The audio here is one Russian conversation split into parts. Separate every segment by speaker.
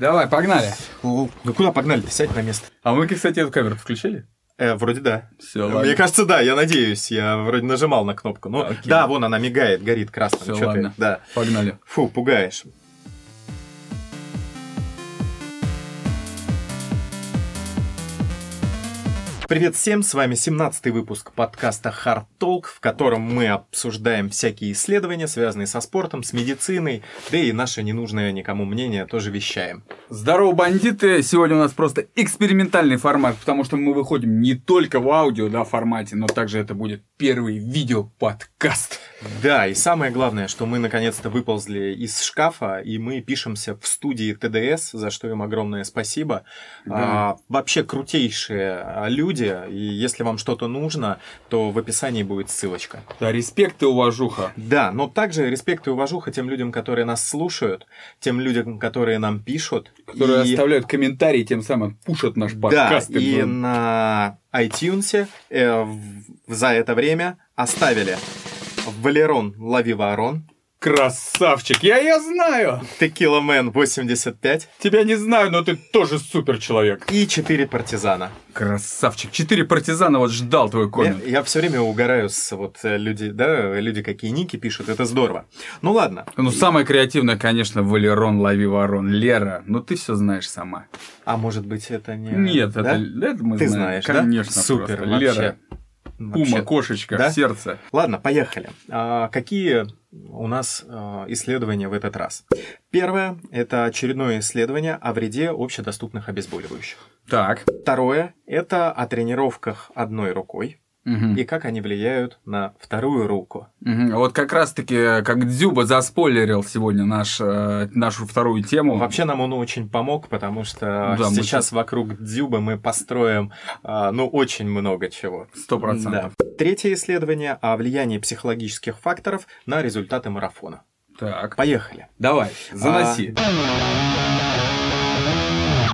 Speaker 1: Давай, погнали.
Speaker 2: Ну куда погнали? Сядь на место.
Speaker 1: А мы, кстати, эту камеру включили?
Speaker 2: Э, вроде да.
Speaker 1: Все,
Speaker 2: Мне кажется, да, я надеюсь. Я вроде нажимал на кнопку. Ну,
Speaker 1: Окей.
Speaker 2: да, вон она мигает, горит красным.
Speaker 1: Всё,
Speaker 2: Чё ты?
Speaker 1: ладно.
Speaker 2: Да.
Speaker 1: Погнали.
Speaker 2: Фу, пугаешь. Привет всем, с вами 17-й выпуск подкаста Hard Talk, в котором мы обсуждаем всякие исследования, связанные со спортом, с медициной, да и наше ненужное никому мнение тоже вещаем.
Speaker 1: Здорово, бандиты! Сегодня у нас просто экспериментальный формат, потому что мы выходим не только в аудио, да, формате, но также это будет первый видео-подкаст.
Speaker 2: Да, и самое главное, что мы наконец-то выползли из шкафа, и мы пишемся в студии ТДС, за что им огромное спасибо.
Speaker 1: Да.
Speaker 2: А, вообще крутейшие а, люди, и если вам что-то нужно, то в описании будет ссылочка.
Speaker 1: Да, респект и уважуха.
Speaker 2: Да, но также респект и уважуха тем людям, которые нас слушают, тем людям, которые нам пишут.
Speaker 1: Которые
Speaker 2: И-
Speaker 1: оставляют комментарии, тем самым пушат наш подкаст.
Speaker 2: да, и
Speaker 1: Ну,
Speaker 2: на iTunes э, в- за это время оставили Валерон Лови Ворон,
Speaker 1: Красавчик! Я ее знаю!
Speaker 2: Текила Мэн 85,
Speaker 1: Тебя не знаю, но ты тоже супер человек.
Speaker 2: и 4 партизана.
Speaker 1: Красавчик! Четыре партизана вот ждал твой
Speaker 2: Я,
Speaker 1: коммент.
Speaker 2: все время угораю с вот э, люди, да, люди какие ники пишут, это здорово. Ну ладно.
Speaker 1: Ну, самое креативное, конечно, Валерон, лови ворон. Лера, ну ты все знаешь сама.
Speaker 2: А может быть это не?
Speaker 1: Нет,
Speaker 2: да?
Speaker 1: это, это мы
Speaker 2: ты
Speaker 1: знаем.
Speaker 2: знаешь, да?
Speaker 1: Конечно,
Speaker 2: Супер,
Speaker 1: просто.
Speaker 2: вообще.
Speaker 1: Лера,
Speaker 2: Вообще.
Speaker 1: пума, кошечка,
Speaker 2: Да?
Speaker 1: сердце.
Speaker 2: Ладно, поехали. А, какие у нас а, исследования в этот раз? Первое это очередное исследование о вреде общедоступных обезболивающих.
Speaker 1: Так.
Speaker 2: Второе это о тренировках одной рукой
Speaker 1: Мгм.
Speaker 2: и как они влияют на вторую руку.
Speaker 1: Мгм. Вот как раз-таки, как Дзюба заспойлерил сегодня наш, э, нашу вторую тему.
Speaker 2: Ну, Вообще нам он очень помог, потому что
Speaker 1: Да, мы
Speaker 2: сейчас вокруг Дзюба мы построим, а, ну, очень много чего.
Speaker 1: Сто процентов.
Speaker 2: Да. Третье исследование о влиянии психологических факторов на результаты марафона.
Speaker 1: Так. А,
Speaker 2: Поехали.
Speaker 1: Давай, заноси.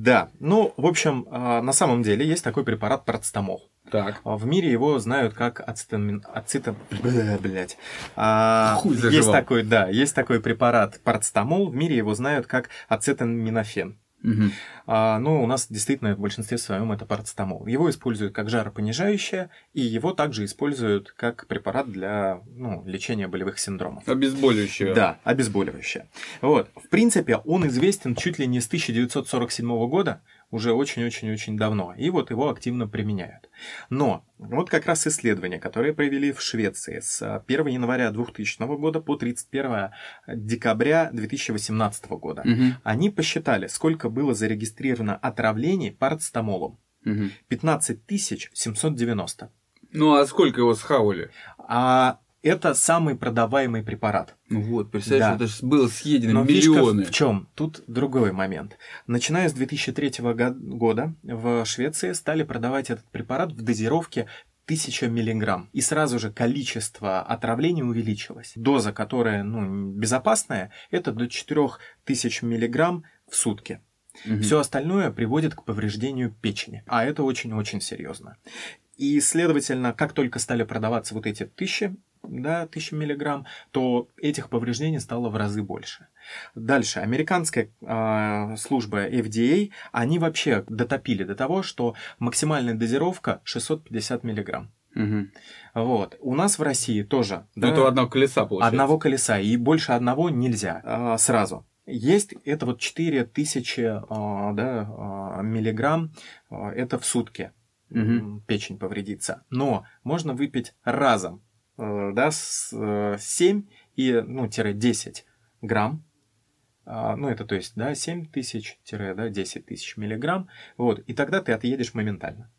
Speaker 2: Да, ну, в общем, а, на самом деле есть такой препарат парацетамол.
Speaker 1: Так.
Speaker 2: А В мире его знают как ацетамин... ацетам... Бля, блядь. А,
Speaker 1: Хуй заживал.
Speaker 2: есть такой, да, есть такой препарат парацетамол, в мире его знают как ацетаминофен.
Speaker 1: Мгм.
Speaker 2: А, ну, у нас действительно в большинстве своем это парацетамол. Его используют как жаропонижающее, и его также используют как препарат для ну, лечения болевых синдромов.
Speaker 1: Обезболивающее.
Speaker 2: Да, обезболивающее. Вот. В принципе, он известен чуть ли не с 1947 года, уже очень-очень-очень давно, и вот его активно применяют. Но вот как раз исследования, которые провели в Швеции с а, 1 января 2000 года по 31 декабря 2018 года,
Speaker 1: Мгм.
Speaker 2: они посчитали, сколько было зарегистрировано отравлений парацетамолом.
Speaker 1: Мгм.
Speaker 2: 15 790.
Speaker 1: Ну, а сколько его схавали?
Speaker 2: А это самый продаваемый препарат.
Speaker 1: Ну вот, представляешь,
Speaker 2: Да.
Speaker 1: это ж было съедено
Speaker 2: Но
Speaker 1: миллионы.
Speaker 2: фишка в чем? Тут другой момент. Начиная с 2003 го- года в Швеции стали продавать этот препарат в дозировке 1000 миллиграмм. И сразу же количество отравлений увеличилось. Доза, которая ну, безопасная, это до 4000 миллиграмм в сутки.
Speaker 1: Мгм.
Speaker 2: Все остальное приводит к повреждению печени. А это очень-очень серьезно. И, следовательно, как только стали продаваться вот эти тысячи, да, тысячи миллиграмм, то этих повреждений стало в разы больше. Дальше. Американская а, служба FDA, они вообще дотопили до того, что максимальная дозировка 650 миллиграмм.
Speaker 1: Мгм.
Speaker 2: Вот. У нас в России тоже.
Speaker 1: Ну,
Speaker 2: да,
Speaker 1: это у одного колеса получается.
Speaker 2: Одного колеса, и больше одного нельзя а, сразу. Есть это вот 4000 а, да, а, миллиграмм, а, это в сутки
Speaker 1: Мгм.
Speaker 2: М, печень повредится. Но можно выпить разом э, да, с, э, 7 и, ну, тире 10 грамм. А, ну, это то есть, да, 7 тысяч, тире, да, 10 тысяч миллиграмм. Вот, и тогда ты отъедешь моментально.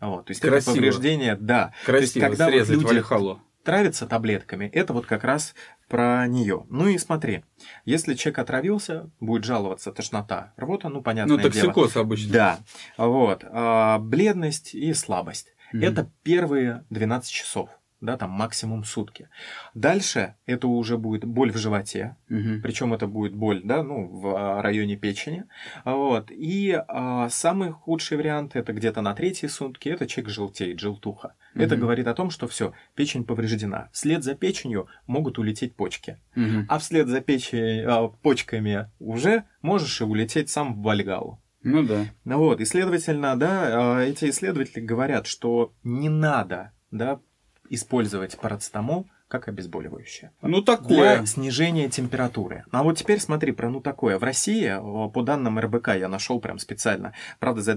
Speaker 2: Вот, то есть это
Speaker 1: Красиво.
Speaker 2: повреждение, да,
Speaker 1: Красиво
Speaker 2: когда вот
Speaker 1: срезать
Speaker 2: люди-
Speaker 1: валихалу.
Speaker 2: травится таблетками, это вот как раз про нее. Ну и смотри, если человек отравился, будет жаловаться тошнота, рвота, ну понятное
Speaker 1: Ну,
Speaker 2: дело.
Speaker 1: токсикоз обычно.
Speaker 2: Да, вот, а, бледность и слабость.
Speaker 1: Мгм.
Speaker 2: Это первые 12 часов. да, там максимум сутки. Дальше это уже будет боль в животе,
Speaker 1: Мгм.
Speaker 2: причем это будет боль, да, ну, в а, районе печени. Вот. И а, самый худший вариант это где-то на третьей сутки, это чек желтеет, желтуха. Это
Speaker 1: Мгм.
Speaker 2: говорит о том, что все, печень повреждена. Вслед за печенью могут улететь почки.
Speaker 1: Мгм.
Speaker 2: А вслед за печень, а, почками уже можешь и улететь сам в Вальгалу.
Speaker 1: Ну да.
Speaker 2: Ну вот, и следовательно, да, э, эти исследователи говорят, что не надо, да, использовать парацетамол как обезболивающее.
Speaker 1: Ну
Speaker 2: Для
Speaker 1: такое.
Speaker 2: снижения температуры. А вот теперь смотри про ну такое. В России, э, по данным РБК, я нашел прям специально, правда, за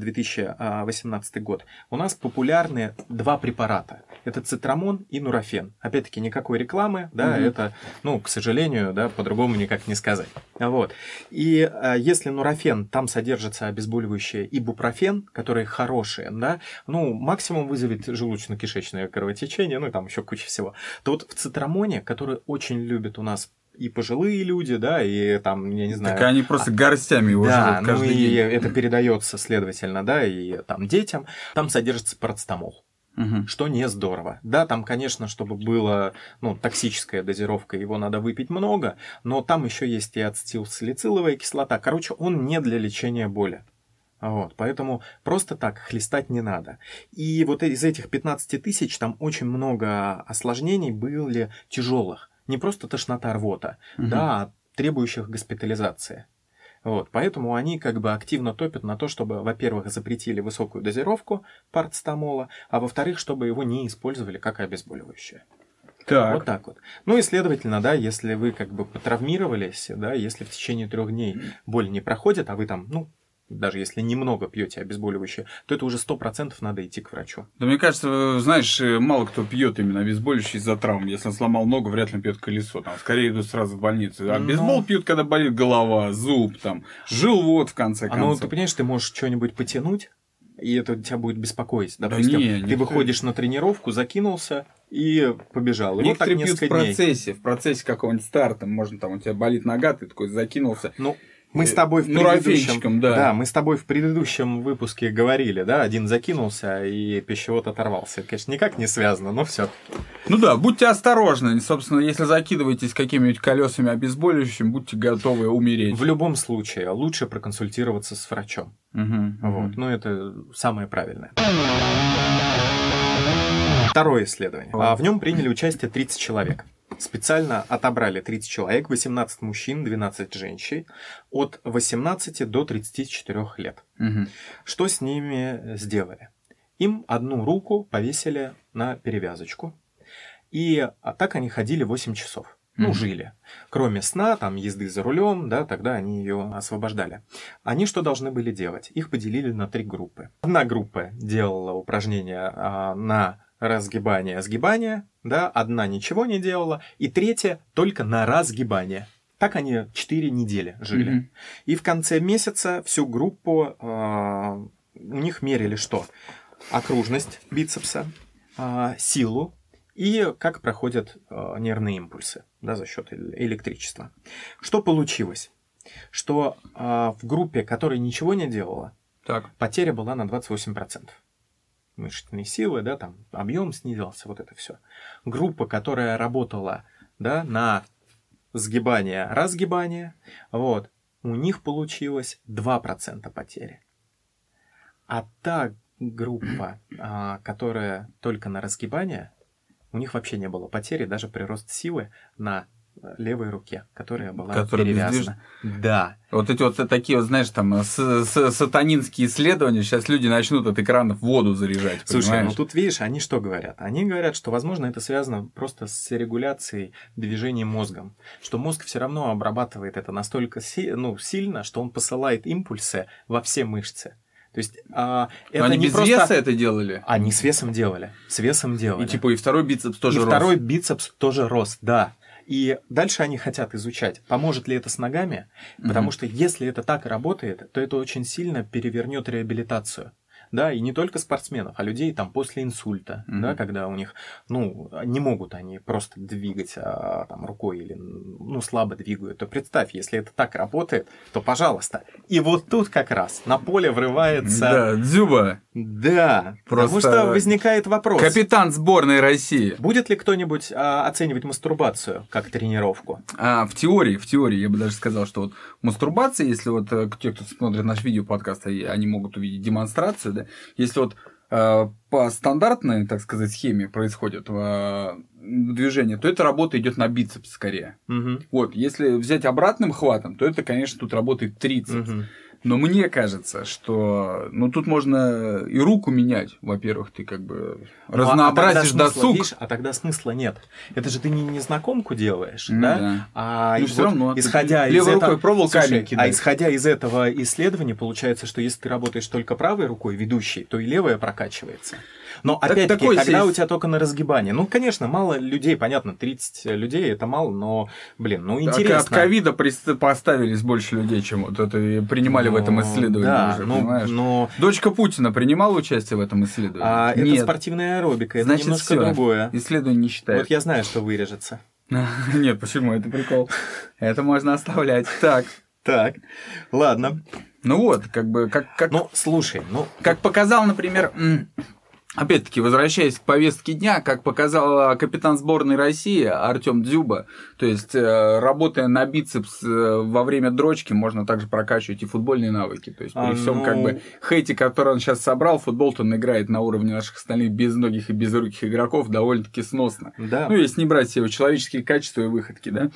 Speaker 2: 2018 год, у нас популярны два препарата. Это цитрамон и нурофен. Опять-таки, никакой рекламы, да,
Speaker 1: Мгм.
Speaker 2: это, ну, к сожалению, да, по-другому никак не сказать. Вот. И э, если нурофен, там содержится обезболивающее ибупрофен, которые хорошие, да, ну, максимум вызовет желудочно-кишечное кровотечение, ну, и там еще куча всего. То вот в цитрамоне, который очень любят у нас и пожилые люди, да, и там, я не знаю...
Speaker 1: Так они просто горстями его
Speaker 2: Да,
Speaker 1: жрут
Speaker 2: ну
Speaker 1: каждый
Speaker 2: и
Speaker 1: день.
Speaker 2: это передается, следовательно, да, и там детям. Там содержится парацетамол
Speaker 1: Мгм.
Speaker 2: что не здорово. Да, там, конечно, чтобы было ну, токсическая дозировка, его надо выпить много, но там еще есть и ацетилсалициловая кислота. Короче, он не для лечения боли. Вот, поэтому просто так хлестать не надо. И вот из этих 15 тысяч там очень много осложнений были тяжелых. Не просто тошнота рвота,
Speaker 1: Мгм.
Speaker 2: да, а требующих госпитализации. Вот, поэтому они как бы активно топят на то, чтобы, во-первых, запретили высокую дозировку парацетамола, а во-вторых, чтобы его не использовали как обезболивающее.
Speaker 1: Так.
Speaker 2: Вот так вот. Ну и, следовательно, да, если вы как бы потравмировались, да, если в течение трех дней боль не проходит, а вы там, ну, даже если немного пьете обезболивающее, то это уже 100% надо идти к врачу.
Speaker 1: Да мне кажется, э, знаешь, э, мало кто пьет именно обезболивающие из-за травм. Если он сломал ногу, вряд ли он пьет колесо. Там скорее идут сразу в больницу. А
Speaker 2: Ну.
Speaker 1: бейсбол пьют, когда болит голова, зуб, там, живот в конце
Speaker 2: А ну,
Speaker 1: концов.
Speaker 2: ты понимаешь, ты можешь что-нибудь потянуть, и это тебя будет беспокоить.
Speaker 1: Да
Speaker 2: Допустим,
Speaker 1: не,
Speaker 2: ты
Speaker 1: никто-
Speaker 2: выходишь на тренировку, закинулся и побежал. И вот так
Speaker 1: Некоторые пьют в
Speaker 2: несколько дней.
Speaker 1: процессе, в процессе какого-нибудь старта. Можно там, у тебя болит нога, ты такой закинулся.
Speaker 2: Ну, мы с тобой в
Speaker 1: Ну,
Speaker 2: предыдущем,
Speaker 1: рафенчиком, да.
Speaker 2: мы с тобой в предыдущем выпуске говорили, да, один закинулся и пищевод оторвался. Это, конечно, никак не связано, но все.
Speaker 1: Ну да, будьте осторожны. Собственно, если закидываетесь какими-нибудь колесами обезболивающим, будьте готовы умереть.
Speaker 2: В любом случае лучше проконсультироваться с врачом.
Speaker 1: Мгм,
Speaker 2: Вот, ну это самое правильное. Второе исследование. А, в нем приняли участие 30 человек. Специально отобрали 30 человек, 18 мужчин, 12 женщин, от 18 до 34 лет.
Speaker 1: мгм.
Speaker 2: Что с ними э, сделали? Им одну руку повесили на перевязочку. И а так они ходили 8 часов. Ну,
Speaker 1: Мгм.
Speaker 2: жили. Кроме сна, там, езды за рулем, да, тогда они ее освобождали. Они что должны были делать? Их поделили на три группы. Одна группа делала упражнения а, на разгибание, сгибание, да, одна ничего не делала, и третья только на разгибание. Так они 4 недели жили.
Speaker 1: Мгм.
Speaker 2: И в конце месяца всю группу а, у них мерили что? Окружность бицепса, а, силу и как проходят а, нервные импульсы да, за счет эль- электричества. Что получилось? Что а, в группе, которая ничего не делала,
Speaker 1: Так.
Speaker 2: потеря была на 28%. Мышечные силы, да, там объем снизился, вот это все. Группа, которая работала да, на сгибание, разгибание, вот, у них получилось 2% потери. А та группа, а, которая только на разгибание, у них вообще не было потери, даже прирост силы на э, левой руке, которая была
Speaker 1: Которая
Speaker 2: перевязана. Да.
Speaker 1: Вот эти вот такие вот, знаешь, там с- с- сатанинские исследования, сейчас люди начнут от экранов воду заряжать,
Speaker 2: Слушай,
Speaker 1: понимаешь?
Speaker 2: ну тут видишь, они что говорят? Они говорят, что, возможно, это связано просто с регуляцией движения мозгом. Что мозг все равно обрабатывает это настолько си- ну, сильно, что он посылает импульсы во все мышцы. То есть а,
Speaker 1: Но
Speaker 2: это
Speaker 1: они
Speaker 2: не
Speaker 1: без
Speaker 2: просто...
Speaker 1: веса это делали?
Speaker 2: Они с весом делали. С весом делали.
Speaker 1: И типа и второй бицепс тоже
Speaker 2: И
Speaker 1: рос.
Speaker 2: второй бицепс тоже рос, да. И дальше они хотят изучать, поможет ли это с ногами,
Speaker 1: Мгм.
Speaker 2: потому что если это так работает, то это очень сильно перевернет реабилитацию. Да, и не только спортсменов, а людей там после инсульта,
Speaker 1: Мгм.
Speaker 2: да, когда у них, ну, не могут они просто двигать а, там рукой или, ну, слабо двигают, то представь, если это так работает, то пожалуйста. И вот тут как раз на поле врывается
Speaker 1: Да, дзюба.
Speaker 2: Да, потому
Speaker 1: Просто
Speaker 2: что возникает вопрос.
Speaker 1: Капитан сборной России.
Speaker 2: Будет ли кто-нибудь а, оценивать мастурбацию как тренировку?
Speaker 1: А, в теории, в теории, я бы даже сказал, что вот мастурбация, если вот э, те, кто смотрит наш видео подкаст, и они могут увидеть демонстрацию, да, если вот э, по стандартной, так сказать, схеме происходит э, движение, то эта работа идет на бицепс скорее.
Speaker 2: Мгм.
Speaker 1: Вот, если взять обратным хватом, то это, конечно, тут работает трицепс.
Speaker 2: Мгм.
Speaker 1: Но мне кажется, что ну тут можно и руку менять. Во-первых, ты как бы
Speaker 2: Ну, а- а тогда
Speaker 1: разнообразишь
Speaker 2: смысла,
Speaker 1: досуг.
Speaker 2: видишь, а тогда смысла нет. Это же ты не незнакомку делаешь,
Speaker 1: Ну
Speaker 2: да?
Speaker 1: да.
Speaker 2: А
Speaker 1: Ну,
Speaker 2: и
Speaker 1: всё
Speaker 2: вот
Speaker 1: равно, ты
Speaker 2: исходя из
Speaker 1: левой
Speaker 2: этого-
Speaker 1: рукой проволоками
Speaker 2: Слушай, а
Speaker 1: кидаешь.
Speaker 2: исходя из этого исследования получается, что если ты работаешь только правой рукой ведущей, то и левая прокачивается. Но
Speaker 1: Так-
Speaker 2: опять-таки,
Speaker 1: такой
Speaker 2: когда
Speaker 1: здесь-
Speaker 2: у тебя только на разгибание. Ну, конечно, мало людей, понятно, 30 людей это мало, но, блин, ну
Speaker 1: Так
Speaker 2: интересно.
Speaker 1: От ковида прис- поставились больше людей, чем вот это и принимали в этом
Speaker 2: Ну,
Speaker 1: исследовании
Speaker 2: да,
Speaker 1: уже,
Speaker 2: ну,
Speaker 1: понимаешь?
Speaker 2: но
Speaker 1: Дочка Путина принимала участие в этом исследовании?
Speaker 2: а, это
Speaker 1: Нет.
Speaker 2: спортивная аэробика, это
Speaker 1: Значит,
Speaker 2: немножко
Speaker 1: всё.
Speaker 2: другое.
Speaker 1: Исследование не
Speaker 2: Вот
Speaker 1: считает.
Speaker 2: я знаю, что вырежется.
Speaker 1: Нет, почему? Это прикол. Это можно оставлять. Так.
Speaker 2: Так, ладно.
Speaker 1: Ну вот, как бы, как, как,
Speaker 2: Ну, слушай, ну,
Speaker 1: как показал, например, м, опять-таки, возвращаясь к повестке дня, как показал э, капитан сборной России Артем Дзюба, то есть, э, работая на бицепс э, во время дрочки, можно также прокачивать и футбольные навыки. То есть, при
Speaker 2: А,
Speaker 1: всем,
Speaker 2: ну-
Speaker 1: как бы, хейте, который он сейчас собрал, футбол-то он играет на уровне наших остальных безногих и безруких игроков довольно-таки сносно.
Speaker 2: да.
Speaker 1: Ну, если не брать все его человеческие качества и выходки, да.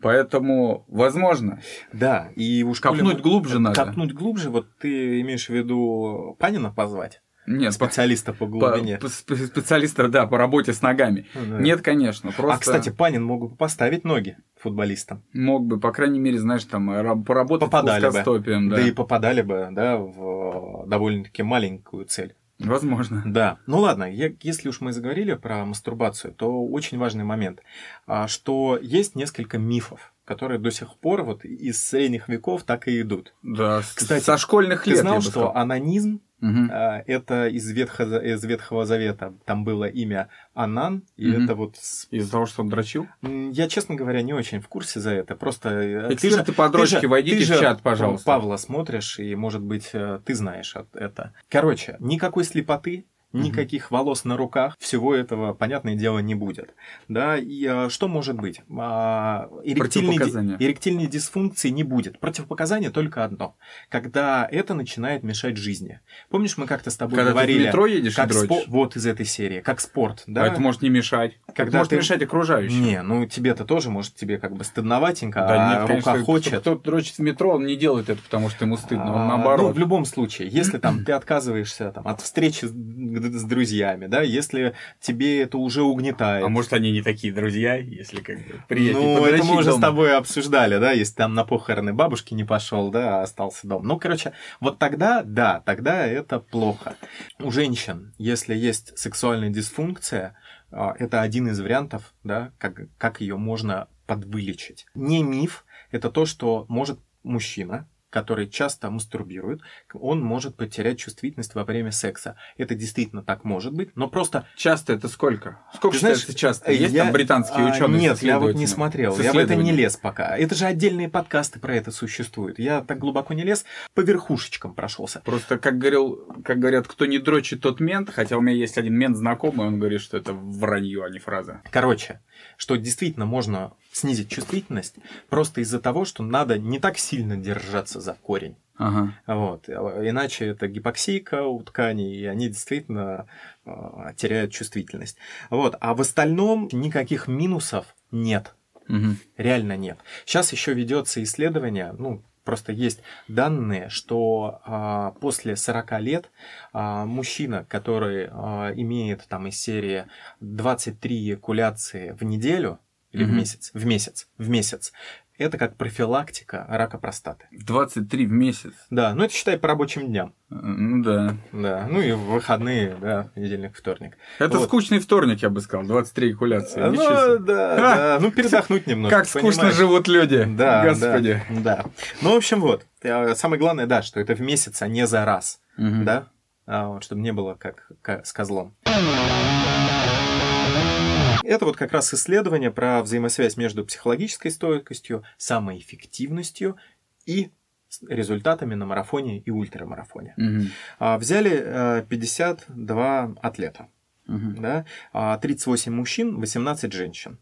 Speaker 1: Поэтому, возможно,
Speaker 2: Да, и уж
Speaker 1: Копнуть
Speaker 2: коли мы-
Speaker 1: глубже надо.
Speaker 2: Копнуть глубже, вот ты имеешь в виду Панина позвать?
Speaker 1: нет, по-
Speaker 2: Специалиста по
Speaker 1: по-
Speaker 2: глубине.
Speaker 1: по- спе- специалиста, да, по работе с ногами.
Speaker 2: Да.
Speaker 1: Нет, конечно, просто
Speaker 2: А, кстати, Панин мог бы поставить ноги футболистам.
Speaker 1: мог бы, по крайней мере, знаешь, там ра- поработать
Speaker 2: Попадали бы.
Speaker 1: плоскостопием,
Speaker 2: Да.
Speaker 1: да.
Speaker 2: и попадали бы, да, в э, довольно-таки маленькую цель.
Speaker 1: Возможно.
Speaker 2: Да. Ну ладно, я- если уж мы заговорили про мастурбацию, то очень важный момент, а, что есть несколько мифов, которые до сих пор вот из средних веков так и идут.
Speaker 1: Да, с-
Speaker 2: Кстати,
Speaker 1: со школьных
Speaker 2: Ты
Speaker 1: лет. я
Speaker 2: знал,
Speaker 1: бы
Speaker 2: что
Speaker 1: сказал.
Speaker 2: анонизм
Speaker 1: Мгм.
Speaker 2: А, Это из, Ветхоза- из Ветхого Завета. Там было имя Анан, и
Speaker 1: Мгм.
Speaker 2: это вот... с-
Speaker 1: Из-за того, что он дрочил?
Speaker 2: М, Я, честно говоря, не очень в курсе за это. Просто... э, ты же-
Speaker 1: Эксперты по дрочке,
Speaker 2: ты же-
Speaker 1: войдите
Speaker 2: ты
Speaker 1: в
Speaker 2: же
Speaker 1: чат, пожалуйста.
Speaker 2: Павла смотришь, и, может быть, э, ты знаешь от- это. Короче, никакой слепоты,
Speaker 1: Мгм.
Speaker 2: никаких волос на руках, всего этого, понятное дело, не будет. Да, и э, что может быть? А, эректильной ди-
Speaker 1: Противопоказания.
Speaker 2: эректильной дисфункции не будет. Противопоказание только одно. Когда это начинает мешать жизни. Помнишь, мы как-то с тобой
Speaker 1: Когда ты в
Speaker 2: говорили...
Speaker 1: метро едешь
Speaker 2: Как
Speaker 1: и дрочишь,
Speaker 2: спо- Вот из этой серии, как спорт, да?
Speaker 1: а это может не мешать. Это
Speaker 2: Когда
Speaker 1: может
Speaker 2: ты-
Speaker 1: мешать окружающим.
Speaker 2: Не, ну тебе-то тоже, может, тебе как бы стыдноватенько,
Speaker 1: Да
Speaker 2: а
Speaker 1: нет, конечно,
Speaker 2: рука
Speaker 1: кто-
Speaker 2: хочет.
Speaker 1: Кто дрочит в метро, он не делает это, потому что ему стыдно.
Speaker 2: А,
Speaker 1: Он
Speaker 2: Ну,
Speaker 1: наоборот.
Speaker 2: в любом случае, если там ты отказываешься там, от встречи с, с друзьями, да, если тебе это уже угнетает.
Speaker 1: А может, они не такие друзья, если как бы приятнее
Speaker 2: ну, это мы
Speaker 1: подрочить
Speaker 2: уже с
Speaker 1: дома.
Speaker 2: тобой обсуждали, да, если там на похороны бабушки не пошел, да, а остался дома. Ну, короче, вот тогда, да, тогда это плохо. У женщин, если есть сексуальная дисфункция, а, это один из вариантов, да, как, как ее можно подвылечить. Не миф, это то, что может мужчина, который часто мастурбирует, он может потерять чувствительность во время секса. Это действительно так может быть, но просто
Speaker 1: Часто это сколько? Сколько
Speaker 2: Ты знаешь,
Speaker 1: считается часто? Есть
Speaker 2: Э, я-
Speaker 1: там британские
Speaker 2: а,
Speaker 1: ученые?
Speaker 2: Нет, я вот не
Speaker 1: исследователи?
Speaker 2: смотрел.
Speaker 1: С
Speaker 2: Я в это не
Speaker 1: исследованием.
Speaker 2: лез пока. Это же отдельные подкасты про это существуют. Я так глубоко не лез, по верхушечкам прошелся.
Speaker 1: Просто, как, говорил, как говорят, кто не дрочит, тот мент. Хотя у меня есть один мент знакомый, он говорит, что это вранье, а не фраза.
Speaker 2: Короче, что действительно можно снизить чувствительность просто из-за того, что надо не так сильно держаться за корень.
Speaker 1: Ага.
Speaker 2: Вот. Иначе это гипоксийка у тканей, и они действительно э, теряют чувствительность. Вот. А в остальном никаких минусов нет.
Speaker 1: Мгм.
Speaker 2: Реально нет. Сейчас еще ведется исследование, ну, просто есть данные, что а, после 40 лет а, мужчина, который а, имеет там из серии 23 экуляции в неделю или в
Speaker 1: Мгм.
Speaker 2: месяц, в месяц, в месяц, это как профилактика рака простаты.
Speaker 1: 23 в месяц.
Speaker 2: Да, ну это считай по рабочим дням.
Speaker 1: Э, Ну да.
Speaker 2: Да, ну и в выходные, да, понедельник, вторник.
Speaker 1: Это
Speaker 2: Вот.
Speaker 1: скучный вторник, я бы сказал. 23 экуляции.
Speaker 2: Ну,
Speaker 1: Ничего
Speaker 2: да,
Speaker 1: себе.
Speaker 2: да, ну передохнуть немножко.
Speaker 1: как скучно
Speaker 2: понимаешь?
Speaker 1: живут люди.
Speaker 2: Да,
Speaker 1: Господи.
Speaker 2: Да, да. Ну, в общем, вот. Э, Самое главное, да, что это в месяц, а не за раз.
Speaker 1: Мгм.
Speaker 2: Да? А, вот, чтобы не было как, ка- с козлом. Это вот как раз исследование про взаимосвязь между психологической стойкостью, самоэффективностью и с результатами на марафоне и ультрамарафоне.
Speaker 1: Мгм.
Speaker 2: А, Взяли э, 52 атлета,
Speaker 1: Мгм.
Speaker 2: да, а, 38 мужчин, 18 женщин.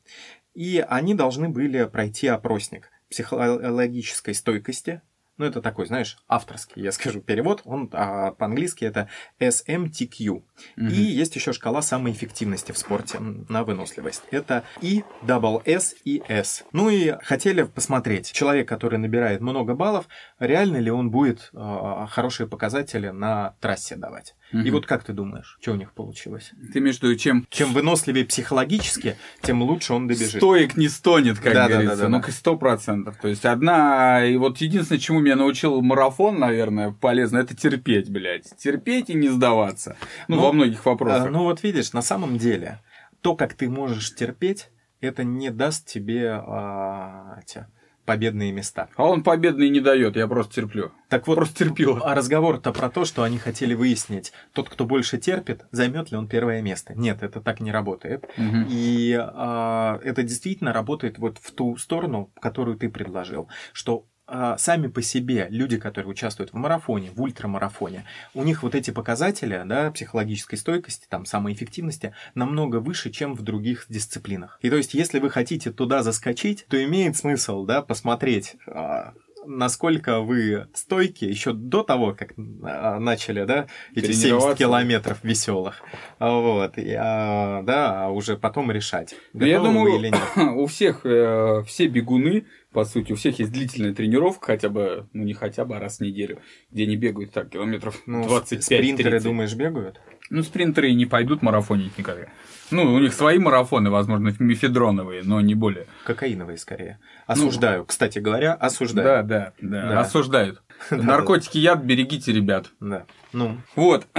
Speaker 2: И они должны были пройти опросник психологической стойкости. Ну, это такой, знаешь, авторский, я скажу, перевод. Он а, по-английски это SMTQ.
Speaker 1: Мгм.
Speaker 2: И есть еще шкала самоэффективности в спорте м, на выносливость. Это и double S и S. Ну и хотели посмотреть, человек, который набирает много баллов, реально ли он будет а, хорошие показатели на трассе давать. И
Speaker 1: Мгм.
Speaker 2: вот как ты думаешь, что у них получилось?
Speaker 1: Ты между чем
Speaker 2: Чем выносливее психологически, тем лучше он добежит.
Speaker 1: стоек не стонет, как
Speaker 2: Да-да-да-да-да.
Speaker 1: говорится. ну, сто процентов. То есть одна... И вот единственное, чему меня научил марафон, наверное, полезно, это терпеть, блядь. Терпеть и не сдаваться. Ну,
Speaker 2: Ну,
Speaker 1: во многих
Speaker 2: А,
Speaker 1: вопросах.
Speaker 2: ну вот видишь, на самом деле, то, как ты можешь терпеть, это не даст тебе а, те победные места.
Speaker 1: А он победный не дает, я просто терплю.
Speaker 2: Так вот,
Speaker 1: Просто терпила.
Speaker 2: А разговор-то про то, что они хотели выяснить, тот, кто больше терпит, займет ли он первое место. Нет, это так не работает.
Speaker 1: Мгм.
Speaker 2: И а, это действительно работает вот в ту сторону, которую ты предложил, что а, сами по себе люди, которые участвуют в марафоне, в ультрамарафоне, у них вот эти показатели, да, психологической стойкости, там, самоэффективности, намного выше, чем в других дисциплинах. И то есть, если вы хотите туда заскочить, то имеет смысл, да, посмотреть, а, насколько вы стойки еще до того, как а, начали, да, эти 70
Speaker 1: Тренироваться.
Speaker 2: километров веселых. Вот, и, а, да, а уже потом решать,
Speaker 1: Ну, я
Speaker 2: готовы вы
Speaker 1: думаю,
Speaker 2: или нет.
Speaker 1: У всех, э, все бегуны, по сути, у всех есть длительная тренировка, хотя бы, ну не хотя бы, а раз в неделю, где они бегают так, километров
Speaker 2: Ну,
Speaker 1: 25
Speaker 2: спринтеры,
Speaker 1: 30.
Speaker 2: думаешь, бегают?
Speaker 1: Ну, спринтеры и не пойдут марафонить никогда. Ну, у них свои марафоны, возможно, мифедроновые, но не более.
Speaker 2: Кокаиновые скорее.
Speaker 1: Ну,
Speaker 2: Осуждаю, кстати говоря, осуждаю.
Speaker 1: Да, да, да.
Speaker 2: Да.
Speaker 1: Осуждают. Наркотики, яд, берегите, ребят.
Speaker 2: Да. Ну,
Speaker 1: Вот,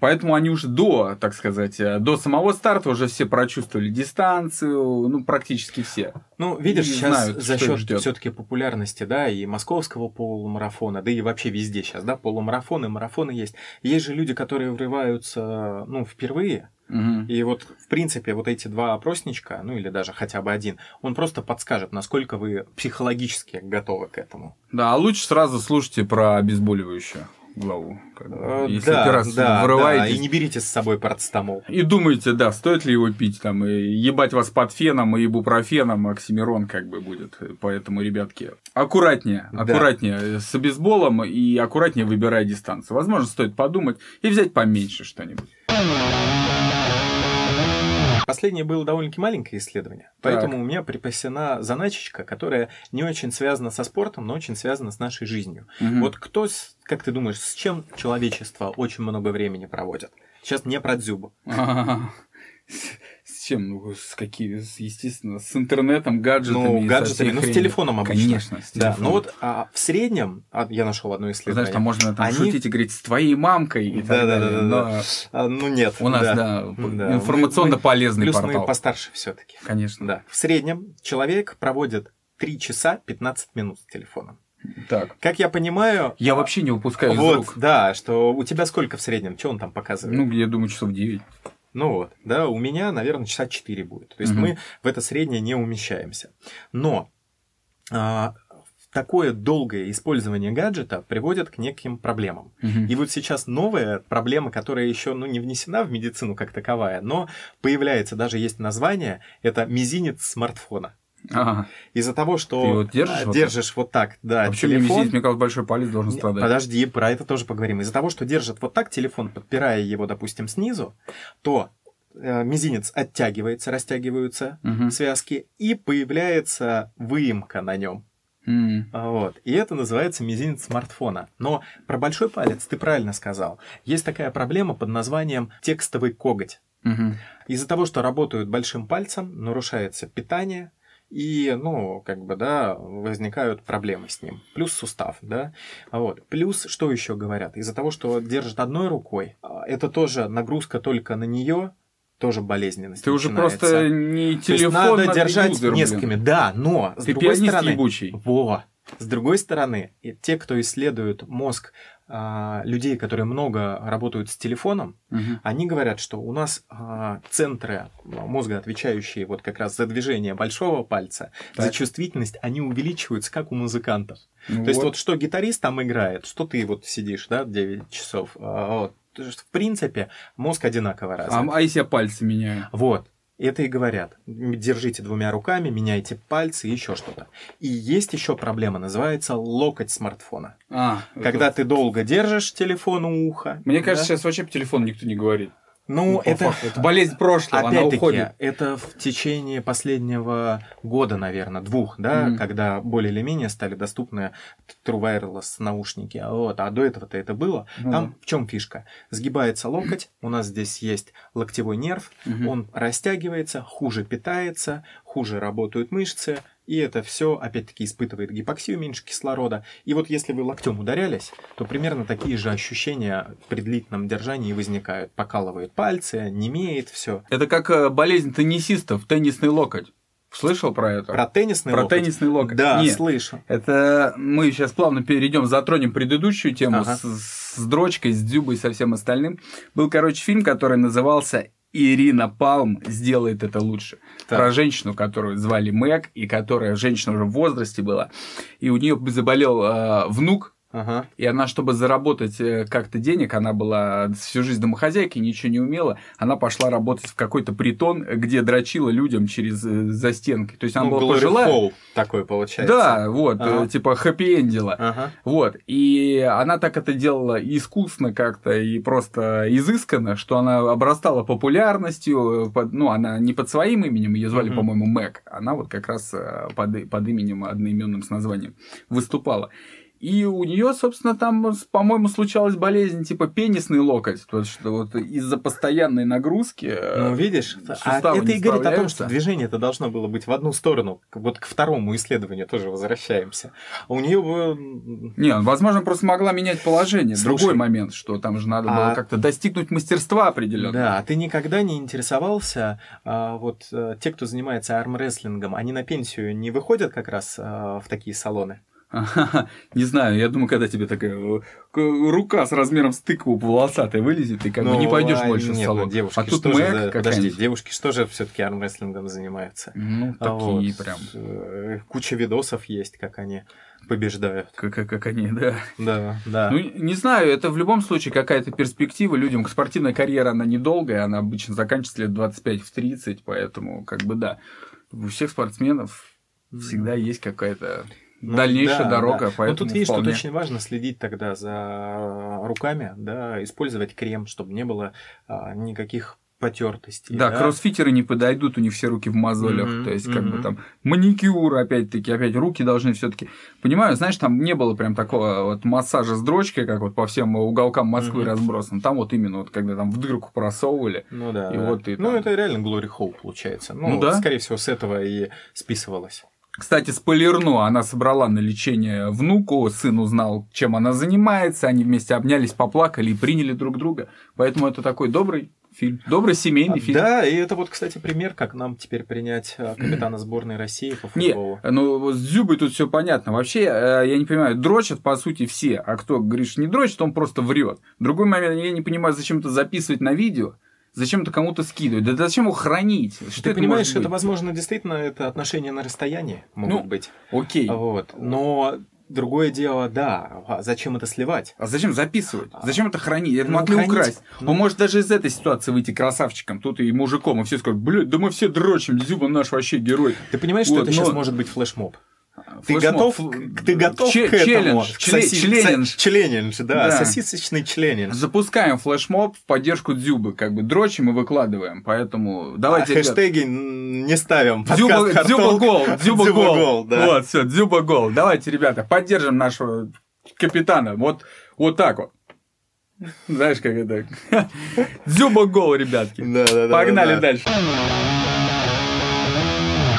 Speaker 1: поэтому они уже до, так сказать, э, до самого старта уже все прочувствовали дистанцию, ну, практически все.
Speaker 2: Ну, видишь,
Speaker 1: не
Speaker 2: сейчас
Speaker 1: знают,
Speaker 2: за
Speaker 1: что их
Speaker 2: счет
Speaker 1: ждет.
Speaker 2: все-таки популярности, да, и московского полумарафона, да и вообще везде сейчас, да, полумарафоны, марафоны есть. Есть же люди, которые врываются, ну, впервые.
Speaker 1: Мгм.
Speaker 2: И вот, в принципе, вот эти два опросничка, ну или даже хотя бы один, он просто подскажет, насколько вы психологически готовы к этому.
Speaker 1: Да, а лучше сразу слушайте про обезболивающую главу. как бы.
Speaker 2: Э,
Speaker 1: Если
Speaker 2: да,
Speaker 1: ты раз
Speaker 2: да, да,
Speaker 1: врываетесь.
Speaker 2: и не берите с собой парацетамол.
Speaker 1: И думаете, да, стоит ли его пить, там, и ебать вас под феном и бупрофеном, оксимирон как бы будет. э, Поэтому, ребятки, аккуратнее,
Speaker 2: Да.
Speaker 1: аккуратнее э, с обезболом и аккуратнее выбирая дистанцию. Возможно, стоит подумать и взять поменьше что-нибудь.
Speaker 2: Последнее было довольно-таки маленькое исследование,
Speaker 1: Так.
Speaker 2: поэтому у меня припасена заначечка, которая не очень связана со спортом, но очень связана с нашей жизнью.
Speaker 1: Мгм.
Speaker 2: Вот кто, с- как ты думаешь, с чем человечество очень много времени проводит? Сейчас не про дзюбу.
Speaker 1: А, с- С чем? Ну, с какими? с- Естественно, с интернетом, гаджетами. и
Speaker 2: Ну,
Speaker 1: со
Speaker 2: гаджетами,
Speaker 1: всей
Speaker 2: ну, с
Speaker 1: хренью.
Speaker 2: телефоном обычно.
Speaker 1: Конечно, с
Speaker 2: Да,
Speaker 1: телефоном.
Speaker 2: ну вот а, в среднем, а, я нашел одно
Speaker 1: Знаешь,
Speaker 2: исследование.
Speaker 1: там можно там,
Speaker 2: Они-
Speaker 1: шутить и говорить с твоей мамкой и так
Speaker 2: Да-да-да-да-да.
Speaker 1: далее. но
Speaker 2: А, ну нет.
Speaker 1: У нас,
Speaker 2: да.
Speaker 1: да,
Speaker 2: Да,
Speaker 1: информационно полезный
Speaker 2: Плюс
Speaker 1: портал.
Speaker 2: мы постарше все-таки.
Speaker 1: Конечно.
Speaker 2: Да. В среднем человек проводит 3 часа 15 минут с телефоном.
Speaker 1: Так.
Speaker 2: Как я понимаю...
Speaker 1: Я вообще не упускаю из
Speaker 2: вот,
Speaker 1: рук.
Speaker 2: да, что у тебя сколько в среднем? Что он там показывает?
Speaker 1: Ну, я думаю, часов 9.
Speaker 2: Ну вот, да, у меня, наверное, часа 4 будет. То есть
Speaker 1: Мгм.
Speaker 2: мы в это среднее не умещаемся. Но а, такое долгое использование гаджета приводит к неким проблемам. И вот сейчас новая проблема, которая еще ну, не внесена в медицину как таковая, но появляется, даже есть название, это мизинец смартфона.
Speaker 1: Ага.
Speaker 2: Из-за того, что
Speaker 1: Ты его держишь
Speaker 2: а,
Speaker 1: вот
Speaker 2: держишь вот так, да,
Speaker 1: Вообще, мне
Speaker 2: телефон,
Speaker 1: мизинец, мне кажется, большой палец должен
Speaker 2: не,
Speaker 1: страдать.
Speaker 2: Подожди, про это тоже поговорим. Из-за того, что держит вот так телефон, подпирая его, допустим, снизу, то э, мизинец оттягивается, растягиваются
Speaker 1: Мгм.
Speaker 2: связки, и появляется выемка на нем.
Speaker 1: М.
Speaker 2: Вот. И это называется мизинец смартфона. Но про большой палец ты правильно сказал. Есть такая проблема под названием текстовый коготь.
Speaker 1: Мгм.
Speaker 2: Из-за того, что работают большим пальцем, нарушается питание, и, ну, как бы, да, возникают проблемы с ним. Плюс сустав, да. Вот. Плюс, что еще говорят? Из-за того, что держит одной рукой, а, это тоже нагрузка только на нее, тоже болезненность
Speaker 1: Ты уже
Speaker 2: начинается.
Speaker 1: просто не
Speaker 2: То есть
Speaker 1: телефон,
Speaker 2: надо
Speaker 1: надо
Speaker 2: держать
Speaker 1: юзер, блин.
Speaker 2: несколькими. Да, но, с
Speaker 1: Ты
Speaker 2: другой
Speaker 1: пианист
Speaker 2: стороны...
Speaker 1: ебучий.
Speaker 2: Во! С другой стороны, и те, кто исследует мозг а, людей, которые много работают с телефоном,
Speaker 1: Мгм.
Speaker 2: они говорят, что у нас а, центры мозга, отвечающие вот как раз за движение большого пальца,
Speaker 1: Так.
Speaker 2: за чувствительность, они увеличиваются, как у музыкантов.
Speaker 1: Ну
Speaker 2: То есть вот что гитарист там играет, что ты вот сидишь, да, 9 часов. а, вот. То есть, В принципе, мозг одинаково развит.
Speaker 1: А, а если я пальцы меняю?
Speaker 2: Вот. Это и говорят. Держите двумя руками, меняйте пальцы и еще что-то. И есть еще проблема, называется локоть смартфона.
Speaker 1: А,
Speaker 2: Когда
Speaker 1: это-
Speaker 2: ты долго держишь телефон у уха.
Speaker 3: Мне кажется,
Speaker 2: да?
Speaker 3: сейчас вообще по телефону никто не говорит.
Speaker 2: ну,
Speaker 3: ну, по
Speaker 2: это...
Speaker 3: факту это
Speaker 1: болезнь прошлого, она
Speaker 2: Опять-таки,
Speaker 1: уходит.
Speaker 2: это в течение последнего года, наверное, двух, да,
Speaker 1: Мгм.
Speaker 2: когда более или менее стали доступны True Wireless наушники. А Вот, а до этого-то это было.
Speaker 1: Ну
Speaker 2: Там в чем фишка? Сгибается локоть, у нас здесь есть локтевой нерв,
Speaker 1: Мгм.
Speaker 2: он растягивается, хуже питается, хуже работают мышцы, и это все, опять-таки, испытывает гипоксию, меньше кислорода. И вот если вы локтем ударялись, то примерно такие же ощущения при длительном держании и возникают. Покалывают пальцы, немеет, все.
Speaker 1: Это как э, болезнь теннисистов, теннисный локоть. Слышал про это?
Speaker 2: Про теннисный
Speaker 1: Э, Про
Speaker 2: локоть?
Speaker 1: теннисный локоть.
Speaker 2: Да,
Speaker 1: Нет,
Speaker 2: слышу.
Speaker 1: Это мы сейчас плавно перейдем, затронем предыдущую тему
Speaker 2: Ага.
Speaker 1: с, с дрочкой, с дюбой и со всем остальным. Был, короче, фильм, который назывался Ирина Палм сделает это лучше.
Speaker 2: Так.
Speaker 1: Про женщину, которую звали Мэг, и которая женщина уже в возрасте была. И у нее заболел э, внук,
Speaker 2: Ага.
Speaker 1: и она, чтобы заработать э, как-то денег, она была всю жизнь домохозяйкой, ничего не умела, она пошла работать в какой-то притон, где дрочила людям через э, застенки. То есть она
Speaker 2: Ну,
Speaker 1: была
Speaker 2: Glory
Speaker 1: пожилая.
Speaker 2: Hole такой получается.
Speaker 1: Да, вот,
Speaker 2: Ага.
Speaker 1: э, типа хэппи-эндила.
Speaker 2: Ага.
Speaker 1: Вот, и она так это делала искусно как-то и просто изысканно, что она обрастала популярностью, э, под- ну, она не под своим именем, ее звали,
Speaker 2: Мгм.
Speaker 1: по-моему, Мэг, она вот как раз э, под, и- под именем одноименным с названием выступала. И у нее, собственно, там, с- по-моему, случалась болезнь типа пенисный локоть, потому что вот из-за постоянной нагрузки. э,
Speaker 2: Ну, видишь, а
Speaker 1: суставы
Speaker 2: это
Speaker 1: не
Speaker 2: и говорит о том,
Speaker 1: справляются.
Speaker 2: что движение это должно было быть в одну сторону. К- Вот к второму исследованию тоже возвращаемся. А У нее бы...
Speaker 1: Не, возможно, просто могла менять положение.
Speaker 2: Слушай,
Speaker 1: Другой момент, что там же надо было
Speaker 2: а-
Speaker 1: как-то достигнуть мастерства определенного.
Speaker 2: Да, а ты никогда не интересовался, а, вот э, те, кто занимается армрестлингом, они на пенсию не выходят как раз а, в такие салоны?
Speaker 1: Ага, Не знаю, я думаю, когда тебе такая э, к- рука с размером с тыкву волосатая вылезет, ты как бы
Speaker 2: Ну,
Speaker 1: не пойдешь
Speaker 2: а,
Speaker 1: больше
Speaker 2: нет,
Speaker 1: в салон.
Speaker 2: ну, девушки
Speaker 1: а тут
Speaker 2: что же
Speaker 1: Мэг
Speaker 2: за-
Speaker 1: какая-нибудь.
Speaker 2: Подожди, девушки что же все-таки армрестлингом занимаются?
Speaker 1: Ну,
Speaker 2: А
Speaker 1: такие
Speaker 2: вот,
Speaker 1: прям.
Speaker 2: э, Куча видосов есть, как они побеждают.
Speaker 1: Как, как- как они, да.
Speaker 2: Да, да.
Speaker 1: Ну, не знаю, это в любом случае какая-то перспектива людям. Спортивная карьера, она недолгая, она обычно заканчивается лет 25 в 30, поэтому как бы да. У всех спортсменов всегда есть какая-то
Speaker 2: Ну,
Speaker 1: дальнейшая
Speaker 2: да,
Speaker 1: дорога,
Speaker 2: да.
Speaker 1: поэтому
Speaker 2: Но тут видишь,
Speaker 1: вполне.
Speaker 2: тут очень важно следить тогда за руками, да, использовать крем, чтобы не было а, никаких потертостей.
Speaker 1: Да, кроссфитеры не подойдут, у них все руки в мозолях.
Speaker 2: Мгм,
Speaker 1: то есть, как
Speaker 2: мгм.
Speaker 1: бы там маникюр, опять-таки, опять руки должны все-таки. Понимаю, знаешь, там не было прям такого вот массажа с дрочкой, как вот по всем уголкам Москвы
Speaker 2: Мгм.
Speaker 1: разбросан. Там вот именно вот когда там в дырку просовывали.
Speaker 2: Ну да.
Speaker 1: И
Speaker 2: да.
Speaker 1: вот ты
Speaker 2: ну,
Speaker 1: там.
Speaker 2: это реально Глори Холл получается. Ну,
Speaker 1: Ну
Speaker 2: вот,
Speaker 1: да.
Speaker 2: скорее всего, с этого и списывалось.
Speaker 1: Кстати, спойлерну, она собрала на лечение внуку, сын узнал, чем она занимается, они вместе обнялись, поплакали и приняли друг друга. Поэтому это такой добрый фильм, добрый семейный фильм.
Speaker 2: Да, и это вот, кстати, пример, как нам теперь принять а, капитана сборной России по
Speaker 1: Не,
Speaker 2: футболу.
Speaker 1: ну вот с Дзюбой тут все понятно. Вообще, э, я не понимаю, дрочат по сути все. А кто, Гриш, не дрочит, он просто врет. Другой момент, я не понимаю, зачем это записывать на видео, зачем это кому-то скидывать. Да зачем его хранить? Что
Speaker 2: Ты
Speaker 1: это
Speaker 2: понимаешь,
Speaker 1: может
Speaker 2: это,
Speaker 1: быть?
Speaker 2: возможно, действительно это отношения на расстоянии могут
Speaker 1: Ну,
Speaker 2: быть.
Speaker 1: Окей.
Speaker 2: А Вот. Но другое дело, да, а зачем это сливать?
Speaker 1: А зачем записывать?
Speaker 2: А.
Speaker 1: Зачем это хранить? Это
Speaker 2: Ну,
Speaker 1: могли
Speaker 2: хранить.
Speaker 1: украсть.
Speaker 2: Ну.
Speaker 1: Он может даже из этой ситуации выйти красавчиком, тут и мужиком, и все скажут, блядь, да мы все дрочим, Дзюба наш вообще герой.
Speaker 2: Ты понимаешь, что
Speaker 1: Вот,
Speaker 2: это
Speaker 1: но-
Speaker 2: сейчас может быть флешмоб? Ты
Speaker 1: Флешмоб. э,
Speaker 2: готов, к- ты готов
Speaker 1: Че-
Speaker 2: к этому?
Speaker 1: челлендж,
Speaker 2: К
Speaker 1: чле-
Speaker 2: соси-
Speaker 1: челлендж.
Speaker 2: со- челлендж, да,
Speaker 1: Да. Ну,
Speaker 2: сосисочный челлендж.
Speaker 1: Запускаем флешмоб в поддержку Дзюбы, как бы дрочим и выкладываем, поэтому давайте,
Speaker 2: а
Speaker 1: ребят,
Speaker 2: хэштеги м, не ставим.
Speaker 1: Дзюба,
Speaker 2: Подкаст «Картон».
Speaker 1: Дзюба гол, Дзюба,
Speaker 2: Дзюба
Speaker 1: гол.
Speaker 2: гол, да.
Speaker 1: Вот, все, Дзюба гол. Давайте, ребята, поддержим нашего капитана. Вот, вот так вот. Знаешь, как это? Дзюба гол, ребятки.
Speaker 2: Да, да, да,
Speaker 1: Погнали
Speaker 2: да.
Speaker 1: дальше.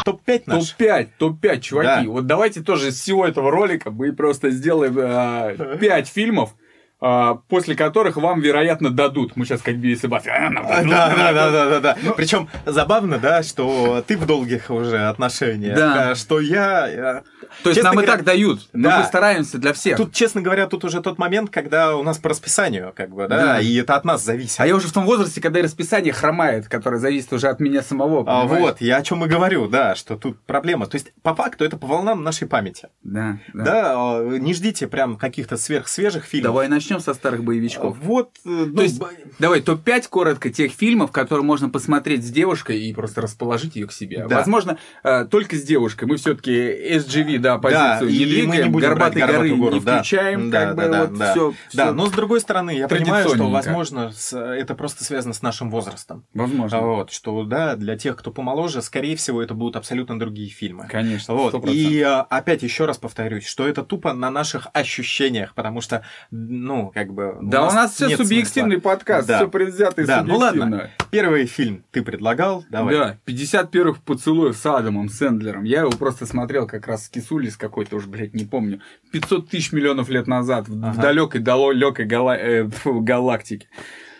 Speaker 2: Топ-5 наш.
Speaker 1: Топ-5, топ-5, чуваки.
Speaker 2: Да.
Speaker 1: Вот давайте тоже из всего этого ролика мы просто сделаем 5 а, фильмов, а, после которых вам, вероятно, дадут. Мы сейчас как Билли Себастьян. «А, нам
Speaker 2: Да,
Speaker 1: дадут,
Speaker 2: да,
Speaker 1: нам
Speaker 2: да,
Speaker 1: дадут».
Speaker 2: да, да, да.
Speaker 1: Ну-
Speaker 2: Причем забавно, да, что ты в долгих уже отношениях,
Speaker 1: Да.
Speaker 2: а что я. э,
Speaker 1: То есть
Speaker 2: Честно
Speaker 1: нам и
Speaker 2: говоря,
Speaker 1: так дают. Но
Speaker 2: да.
Speaker 1: мы стараемся для всех.
Speaker 2: Тут, честно говоря, тут уже тот момент, когда у нас по расписанию, как бы, да,
Speaker 1: Да.
Speaker 2: и это от нас зависит.
Speaker 1: А я уже в том возрасте, когда и расписание хромает, которое зависит уже от меня самого.
Speaker 2: А,
Speaker 1: понимаешь?
Speaker 2: вот, я о чем и говорю, да, что тут проблема. То есть, по факту, это по волнам нашей памяти.
Speaker 1: Да, да.
Speaker 2: Да, э, не ждите прям каких-то сверхсвежих фильмов.
Speaker 1: Давай начнем со старых боевичков.
Speaker 2: Вот, э, ну,
Speaker 1: То есть-
Speaker 2: б-
Speaker 1: Давай топ-5 коротко тех фильмов, которые можно посмотреть с девушкой и просто расположить ее к себе.
Speaker 2: Да.
Speaker 1: Возможно, э, только с девушкой. Мы все-таки SGV, да, позицию
Speaker 2: и
Speaker 1: не
Speaker 2: мы не
Speaker 1: двигаем,
Speaker 2: будем брать
Speaker 1: горбатой горы
Speaker 2: «Горбатую гору»,
Speaker 1: не
Speaker 2: да.
Speaker 1: включаем,
Speaker 2: Да,
Speaker 1: как
Speaker 2: да,
Speaker 1: бы
Speaker 2: да,
Speaker 1: вот
Speaker 2: да.
Speaker 1: все.
Speaker 2: да, ну, но с другой стороны, я понимаю, что,
Speaker 1: Традиционненько.
Speaker 2: возможно, с- это просто связано с нашим возрастом. А
Speaker 1: Возможно.
Speaker 2: Вот, что, да, для тех, кто помоложе, скорее всего, это будут абсолютно другие фильмы.
Speaker 1: Конечно,
Speaker 2: а, Вот.
Speaker 1: 100%.
Speaker 2: И э, опять еще раз повторюсь, что это тупо на наших ощущениях, потому что, ну, как бы...
Speaker 1: Да, у нас все
Speaker 2: нет
Speaker 1: субъективный подкаст,
Speaker 2: Да.
Speaker 1: все предвзято и
Speaker 2: Да, ну ладно.
Speaker 1: субъективно.
Speaker 2: смысла. Первый фильм ты предлагал, давай.
Speaker 1: Да, 50 первых поцелуев с Адамом Сэндлером. Я его просто смотрел как раз с Кисулис какой-то, уж, блядь, не помню. 500 тысяч миллионов лет назад в,
Speaker 2: Ага.
Speaker 1: далекой, далекой э, галактике.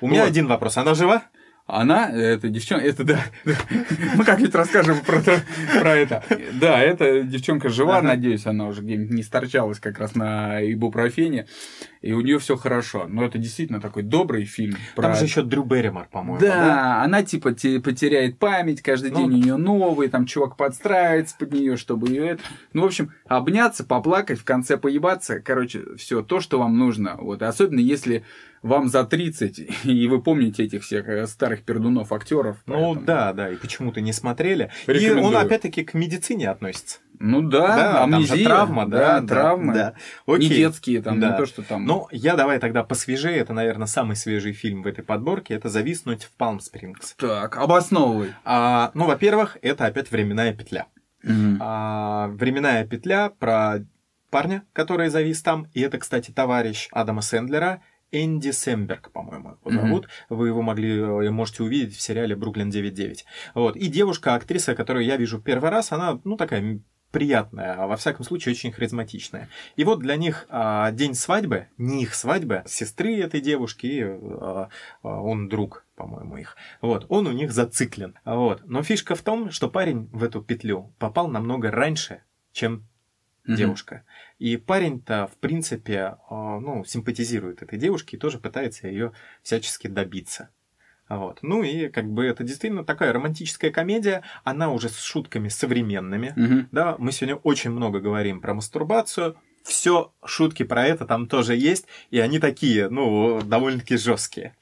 Speaker 2: У меня
Speaker 1: Вот.
Speaker 2: один вопрос. Она жива?
Speaker 1: Она, э, это девчонка, это да. Мы как-нибудь расскажем про, то- про это. Да, эта девчонка жива,
Speaker 2: Ага.
Speaker 1: надеюсь, она уже где-нибудь не сторчалась как раз на ибупрофене. И у нее все хорошо. Но это действительно такой добрый фильм.
Speaker 2: Там же еще Дрю Берримор, по-моему.
Speaker 1: Да, она типа те- потеряет память, каждый
Speaker 2: Ну.
Speaker 1: день у нее новый, там чувак подстраивается под нее, чтобы ее это. Ну, в общем, обняться, поплакать, в конце поебаться. Короче, все то, что вам нужно. Вот. Особенно если вам за 30, и вы помните этих всех э, старых пердунов актеров.
Speaker 2: Ну
Speaker 1: поэтому-
Speaker 2: да, да, и почему-то не смотрели. И
Speaker 1: Рекомендую.
Speaker 2: он опять-таки к медицине относится.
Speaker 1: Ну да,
Speaker 2: там же
Speaker 1: амнезия,
Speaker 2: травма, да, да,
Speaker 1: травмы.
Speaker 2: Да.
Speaker 1: Не
Speaker 2: Окей.
Speaker 1: детские там,
Speaker 2: Да.
Speaker 1: не то, что там.
Speaker 2: Ну, я давай тогда посвежее. Это, наверное, самый свежий фильм в этой подборке. Это «Зависнуть в Палм-Спрингс».
Speaker 1: так, обосновывай.
Speaker 2: А, ну, во-первых, это опять временная петля.
Speaker 1: Мгм.
Speaker 2: А, временная петля про парня, который завис там. И это, кстати, товарищ Адама Сэндлера. Энди Семберг, по-моему, его
Speaker 1: Мгм.
Speaker 2: зовут. Вы его могли, э, можете увидеть в сериале «Бруклин 9.9». Вот. И девушка, актриса, которую я вижу в первый раз, она, ну, такая м, приятная, а во всяком случае очень харизматичная. И вот для них а, день свадьбы, не их свадьбы, а сестры этой девушки, и, а, а, он друг, по-моему, их. Вот, он у них зациклен. Вот. Но фишка в том, что парень в эту петлю попал намного раньше, чем
Speaker 1: Мгм.
Speaker 2: девушка. И парень-то, в принципе, а, ну, симпатизирует этой девушке и тоже пытается ее всячески добиться. Вот. Ну и как бы это действительно такая романтическая комедия, она уже с шутками современными.
Speaker 1: Мгм.
Speaker 2: Да, мы сегодня очень много говорим про мастурбацию. Все шутки про это там тоже есть, и они такие, ну, довольно-таки жесткие.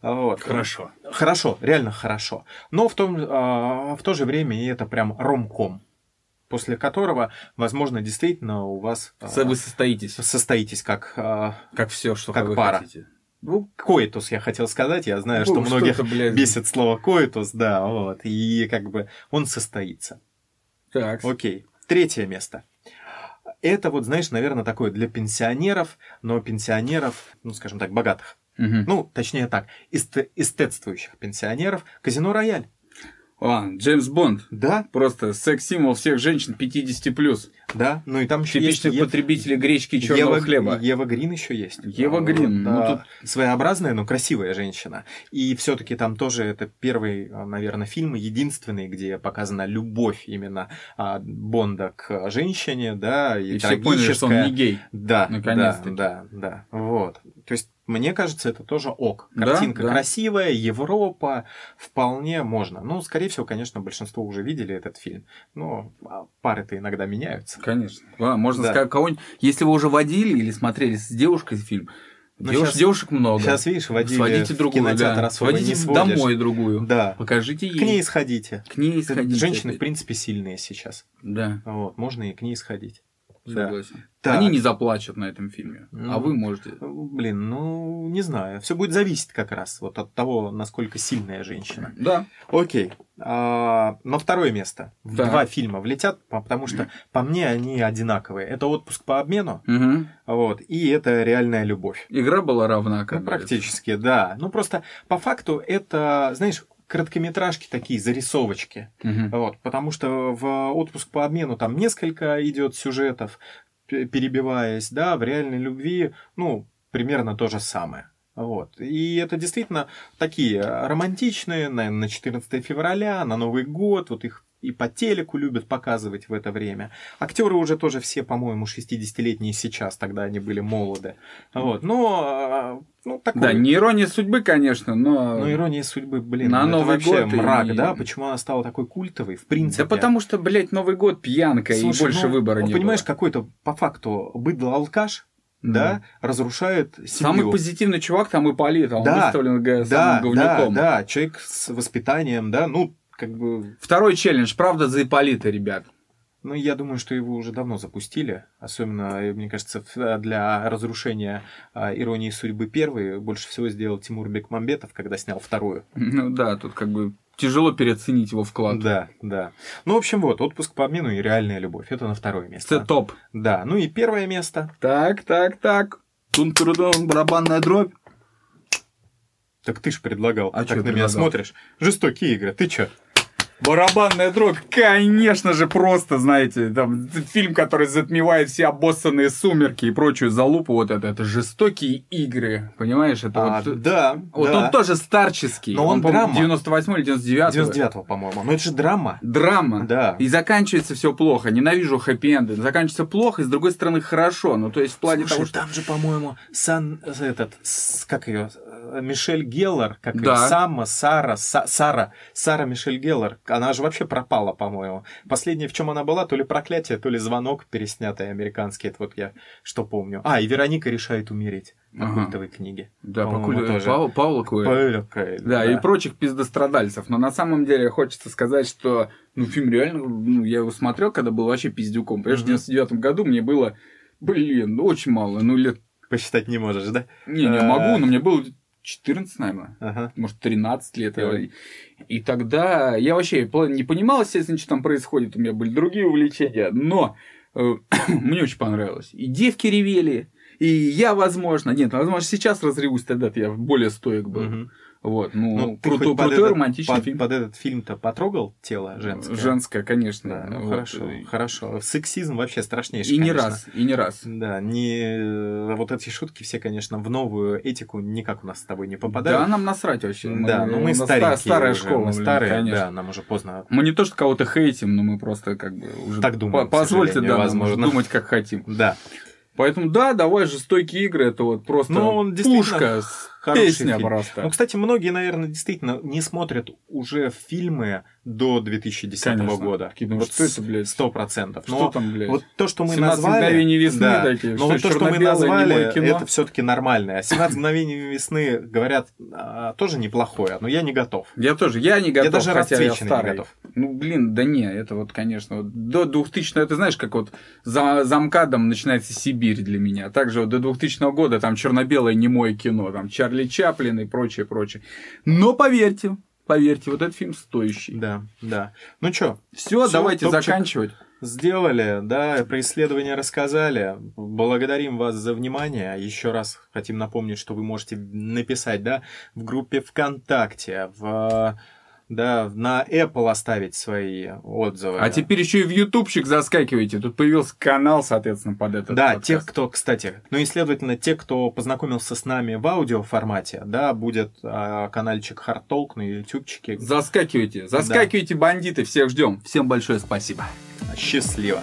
Speaker 2: Вот.
Speaker 1: Хорошо.
Speaker 2: Хорошо, реально хорошо. Но в, том, а, в то же время и это прям ромком, после которого, возможно, действительно у вас а,
Speaker 1: Со- Вы состоитесь,
Speaker 2: состоитесь как... а,
Speaker 1: как все, что
Speaker 2: Как
Speaker 1: вы
Speaker 2: пара.
Speaker 1: хотите.
Speaker 2: ну, коитус, я хотел сказать. Я знаю, что
Speaker 1: Ну,
Speaker 2: многих
Speaker 1: что-то, блядь,
Speaker 2: бесит слово коитус, да, вот. И как бы он состоится.
Speaker 1: Так.
Speaker 2: Окей. Третье место. Это вот, знаешь, наверное, такое для пенсионеров, но пенсионеров, ну, скажем так, богатых.
Speaker 1: Мгм.
Speaker 2: Ну, точнее так, эсте- эстетствующих пенсионеров. Казино Рояль.
Speaker 1: А, Джеймс Бонд.
Speaker 2: Да,
Speaker 1: Просто секс-символ всех женщин 50 плюс.
Speaker 2: да. Ну и там еще есть...
Speaker 1: Типичных
Speaker 2: Е-
Speaker 1: потребителей гречки и черного
Speaker 2: Ева-
Speaker 1: хлеба.
Speaker 2: Ева Грин еще есть. А,
Speaker 1: Ева
Speaker 2: Вот,
Speaker 1: Грин, ну,
Speaker 2: да. Своеобразная, но красивая женщина. И все-таки там тоже это первый, а, наверное, фильм, единственный, где показана любовь именно а, Бонда к женщине, да, и,
Speaker 1: И все поняли, что он
Speaker 2: трагическая.
Speaker 1: не гей.
Speaker 2: Да,
Speaker 1: Наконец-таки.
Speaker 2: Да, да, да. Вот. То есть, мне кажется, это тоже ок.
Speaker 1: Да,
Speaker 2: Картинка
Speaker 1: да.
Speaker 2: красивая, Европа, вполне можно. Ну, скорее всего, конечно, большинство уже видели этот фильм. Но а, пары-то иногда меняются.
Speaker 1: Конечно. А, можно
Speaker 2: Да.
Speaker 1: сказать, кого-нибудь... Если вы уже водили или смотрели с девушкой фильм,
Speaker 2: Ну,
Speaker 1: девуш-
Speaker 2: щас-
Speaker 1: девушек много.
Speaker 2: Сейчас, видишь, водили
Speaker 1: Сводите
Speaker 2: в
Speaker 1: другую,
Speaker 2: кинотеатр
Speaker 1: да.
Speaker 2: особо не
Speaker 1: Сводите
Speaker 2: сводишь.
Speaker 1: домой другую.
Speaker 2: Да.
Speaker 1: Покажите
Speaker 2: К
Speaker 1: ей.
Speaker 2: ней сходите.
Speaker 1: К ней сходите.
Speaker 2: Женщины, в принципе, сильные сейчас.
Speaker 1: Да,
Speaker 2: Вот, можно и к ней сходить. Да.
Speaker 1: согласен.
Speaker 2: Так.
Speaker 1: Они не заплачут на этом фильме.
Speaker 2: Ну.
Speaker 1: А вы можете.
Speaker 2: Блин, ну, не знаю. Все будет зависеть как раз вот от того, насколько сильная женщина.
Speaker 1: Да.
Speaker 2: Окей. А, на второе место. В
Speaker 1: Так.
Speaker 2: Два фильма влетят, по- потому что, по мне, они одинаковые. Это отпуск по обмену,
Speaker 1: Мгм.
Speaker 2: вот, и это реальная любовь.
Speaker 1: Игра была равна, как
Speaker 2: Ну,
Speaker 1: говорится.
Speaker 2: практически, да. Ну, просто по факту это, знаешь, короткометражки такие, зарисовочки.
Speaker 1: Мгм.
Speaker 2: А Вот, потому что в отпуск по обмену там несколько идет сюжетов, п- перебиваясь, да, в реальной любви, ну, примерно то же самое. Вот. И это действительно такие э, романтичные, наверное, на 14 февраля, на Новый год, вот их и по телеку любят показывать в это время. Актеры уже тоже все, по-моему, 60-летние сейчас, тогда они были молоды. Вот. Но ну, такой...
Speaker 1: Да, не ирония судьбы, конечно, но...
Speaker 2: Ну, ирония судьбы, блин,
Speaker 1: На
Speaker 2: ну, это
Speaker 1: Новый
Speaker 2: вообще
Speaker 1: год и-
Speaker 2: мрак, да? Почему она стала такой культовой, в принципе?
Speaker 1: Да потому что, блядь, Новый год пьянка
Speaker 2: Слушай,
Speaker 1: и больше
Speaker 2: ну,
Speaker 1: выбора
Speaker 2: вот
Speaker 1: нет.
Speaker 2: Понимаешь, какой-то по факту быдло-алкаш, да, разрушает семью.
Speaker 1: Самый позитивный чувак там и полит, а он
Speaker 2: Да,
Speaker 1: выставлен г-
Speaker 2: да,
Speaker 1: самым говнюком.
Speaker 2: Да, да, человек с воспитанием, да, ну, как бы,
Speaker 1: Второй челлендж, правда, за Иполита, ребят.
Speaker 2: ну, я думаю, что его уже давно запустили, особенно, э, мне кажется, ф- для разрушения а, иронии судьбы первой больше всего сделал Тимур Бекмамбетов, когда снял вторую.
Speaker 1: Ну да, тут как бы тяжело переоценить его вклад.
Speaker 2: Да, да. Ну, в общем, вот, отпуск по обмену и реальная любовь, это на второе место.
Speaker 1: Це топ.
Speaker 2: Да, ну и первое место.
Speaker 1: Так, так, так. тун барабанная дробь.
Speaker 2: Так ты ж предлагал,
Speaker 1: А
Speaker 2: а
Speaker 1: чё
Speaker 2: так на
Speaker 1: я
Speaker 2: меня
Speaker 1: предлагал?
Speaker 2: смотришь. Жестокие игры, ты чё?
Speaker 1: Барабанная дробь, конечно же, просто, знаете, там фильм, который затмевает все обоссанные сумерки и прочую залупу, вот это, это жестокие игры, понимаешь, это
Speaker 2: А,
Speaker 1: вот... э,
Speaker 2: да,
Speaker 1: Вот
Speaker 2: да.
Speaker 1: он тоже старческий,
Speaker 2: Но он
Speaker 1: по-моему,
Speaker 2: драма.
Speaker 1: 98 или 99
Speaker 2: 99-го, по-моему. Но это же драма.
Speaker 1: Драма.
Speaker 2: Да.
Speaker 1: И заканчивается все плохо. Ненавижу хэппи-энды. Заканчивается плохо, и с другой стороны хорошо. Ну, то есть в плане
Speaker 2: Слушай,
Speaker 1: того, что...
Speaker 2: там же, по-моему, Сан, этот, с- как ее, Мишель Геллар, как ее,
Speaker 1: Да.
Speaker 2: Сама, Сара, Са- Сара, Сара Мишель Геллар, она же вообще пропала, по-моему. Последнее, в чем она была, то ли проклятие, то ли звонок, переснятый американский, это вот я что помню. А, и Вероника решает умереть по
Speaker 1: Ага.
Speaker 2: культовой книге.
Speaker 1: Да, по
Speaker 2: По-моему,
Speaker 1: кулю-
Speaker 2: тоже.
Speaker 1: Пау- Паула Коэльо.
Speaker 2: Пылька,
Speaker 1: Да, и прочих пиздострадальцев. Но на самом деле хочется сказать, что ну, фильм реально, ну, я его смотрел, когда был вообще пиздюком. Понимаешь, в
Speaker 2: Мгм.
Speaker 1: 99 году мне было, блин, ну, очень мало, ну, лет...
Speaker 2: Посчитать не можешь, да?
Speaker 1: Не, не
Speaker 2: Э.
Speaker 1: могу, но мне было 14, наверное.
Speaker 2: Ага.
Speaker 1: Может, 13 лет. я-
Speaker 2: Ой.
Speaker 1: И тогда я вообще пла- не понимал, естественно, что там происходит. У меня были другие увлечения. Но э, мне очень понравилось. И девки ревели, и я, возможно... Нет, возможно, сейчас разревусь, тогда я более стоек был.
Speaker 2: Мгм.
Speaker 1: Вот, ну,
Speaker 2: Ну, ты
Speaker 1: крутой,
Speaker 2: хоть под
Speaker 1: крутой
Speaker 2: этот-
Speaker 1: романтичный
Speaker 2: под,
Speaker 1: фильм.
Speaker 2: под этот фильм-то потрогал тело женское?
Speaker 1: Женское, конечно.
Speaker 2: Да, ну
Speaker 1: Вот. э,
Speaker 2: хорошо, хорошо. Сексизм вообще страшнейший,
Speaker 1: И не
Speaker 2: конечно.
Speaker 1: раз, и не раз.
Speaker 2: Да, не... э, вот эти шутки все, конечно, в новую этику никак у нас с тобой не
Speaker 1: Да,
Speaker 2: попадают.
Speaker 1: нам насрать вообще.
Speaker 2: да, но
Speaker 1: у
Speaker 2: мы
Speaker 1: нас ну, ста-
Speaker 2: старенькие
Speaker 1: старая
Speaker 2: уже,
Speaker 1: школа,
Speaker 2: мы
Speaker 1: блин,
Speaker 2: старые,
Speaker 1: конечно.
Speaker 2: да, нам уже поздно.
Speaker 1: Мы не то, что кого-то хейтим, но мы просто как бы уже...
Speaker 2: Так думаем,
Speaker 1: По-
Speaker 2: к
Speaker 1: Позвольте, да,
Speaker 2: сожалению,
Speaker 1: нам
Speaker 2: возможно.
Speaker 1: думать, как хотим.
Speaker 2: Да,
Speaker 1: Поэтому, да, давай, жестокие игры, это вот просто
Speaker 2: Ну, он действительно
Speaker 1: пушка, с-
Speaker 2: хороший
Speaker 1: песня
Speaker 2: фильм.
Speaker 1: просто.
Speaker 2: Ну, кстати, многие, наверное, действительно не смотрят уже фильмы до 2010
Speaker 1: Конечно.
Speaker 2: года.
Speaker 1: Такие, ну,
Speaker 2: Вот
Speaker 1: что это, блядь?
Speaker 2: Сто процентов.
Speaker 1: Что
Speaker 2: Но
Speaker 1: там, блядь?
Speaker 2: Вот то, что мы
Speaker 1: 17
Speaker 2: назвали,
Speaker 1: мгновений весны
Speaker 2: да.
Speaker 1: такие,
Speaker 2: но
Speaker 1: что,
Speaker 2: вот то, что мы
Speaker 1: черно-белое,
Speaker 2: назвали,
Speaker 1: немое кино?
Speaker 2: это все-таки нормальное. А 17 мгновений весны, говорят, а, тоже неплохое, но я не готов.
Speaker 1: Я тоже, я не готов,
Speaker 2: я даже
Speaker 1: хотя я
Speaker 2: расцвеченный не
Speaker 1: старый.
Speaker 2: готов.
Speaker 1: Ну, блин, да не, это вот, конечно, вот до 2000 это знаешь, как вот за, за МКАДом начинается Сибирь для меня. А Также вот до 2000 года там черно-белое немое кино, там Чарли Чаплин и прочее, прочее. Но поверьте, поверьте, вот этот фильм стоящий.
Speaker 2: Да, да. Ну что,
Speaker 1: Все,
Speaker 2: Всё,
Speaker 1: давайте
Speaker 2: топчик.
Speaker 1: заканчивать.
Speaker 2: сделали, да, про исследования рассказали. Благодарим вас за внимание. Еще раз хотим напомнить, что вы можете написать, да, в группе ВКонтакте, в э, да, на Apple оставить свои отзывы.
Speaker 1: А теперь еще и в Ютубчик заскакивайте. Тут появился канал, соответственно, под этот
Speaker 2: Да,
Speaker 1: подкаст.
Speaker 2: те, кто, кстати, ну и, следовательно, те, кто познакомился с нами в аудиоформате, да, будет а, канальчик Hard Talk на ютубчике.
Speaker 1: Заскакивайте, заскакивайте, бандиты, всех ждем. Всем большое спасибо.
Speaker 2: Счастливо!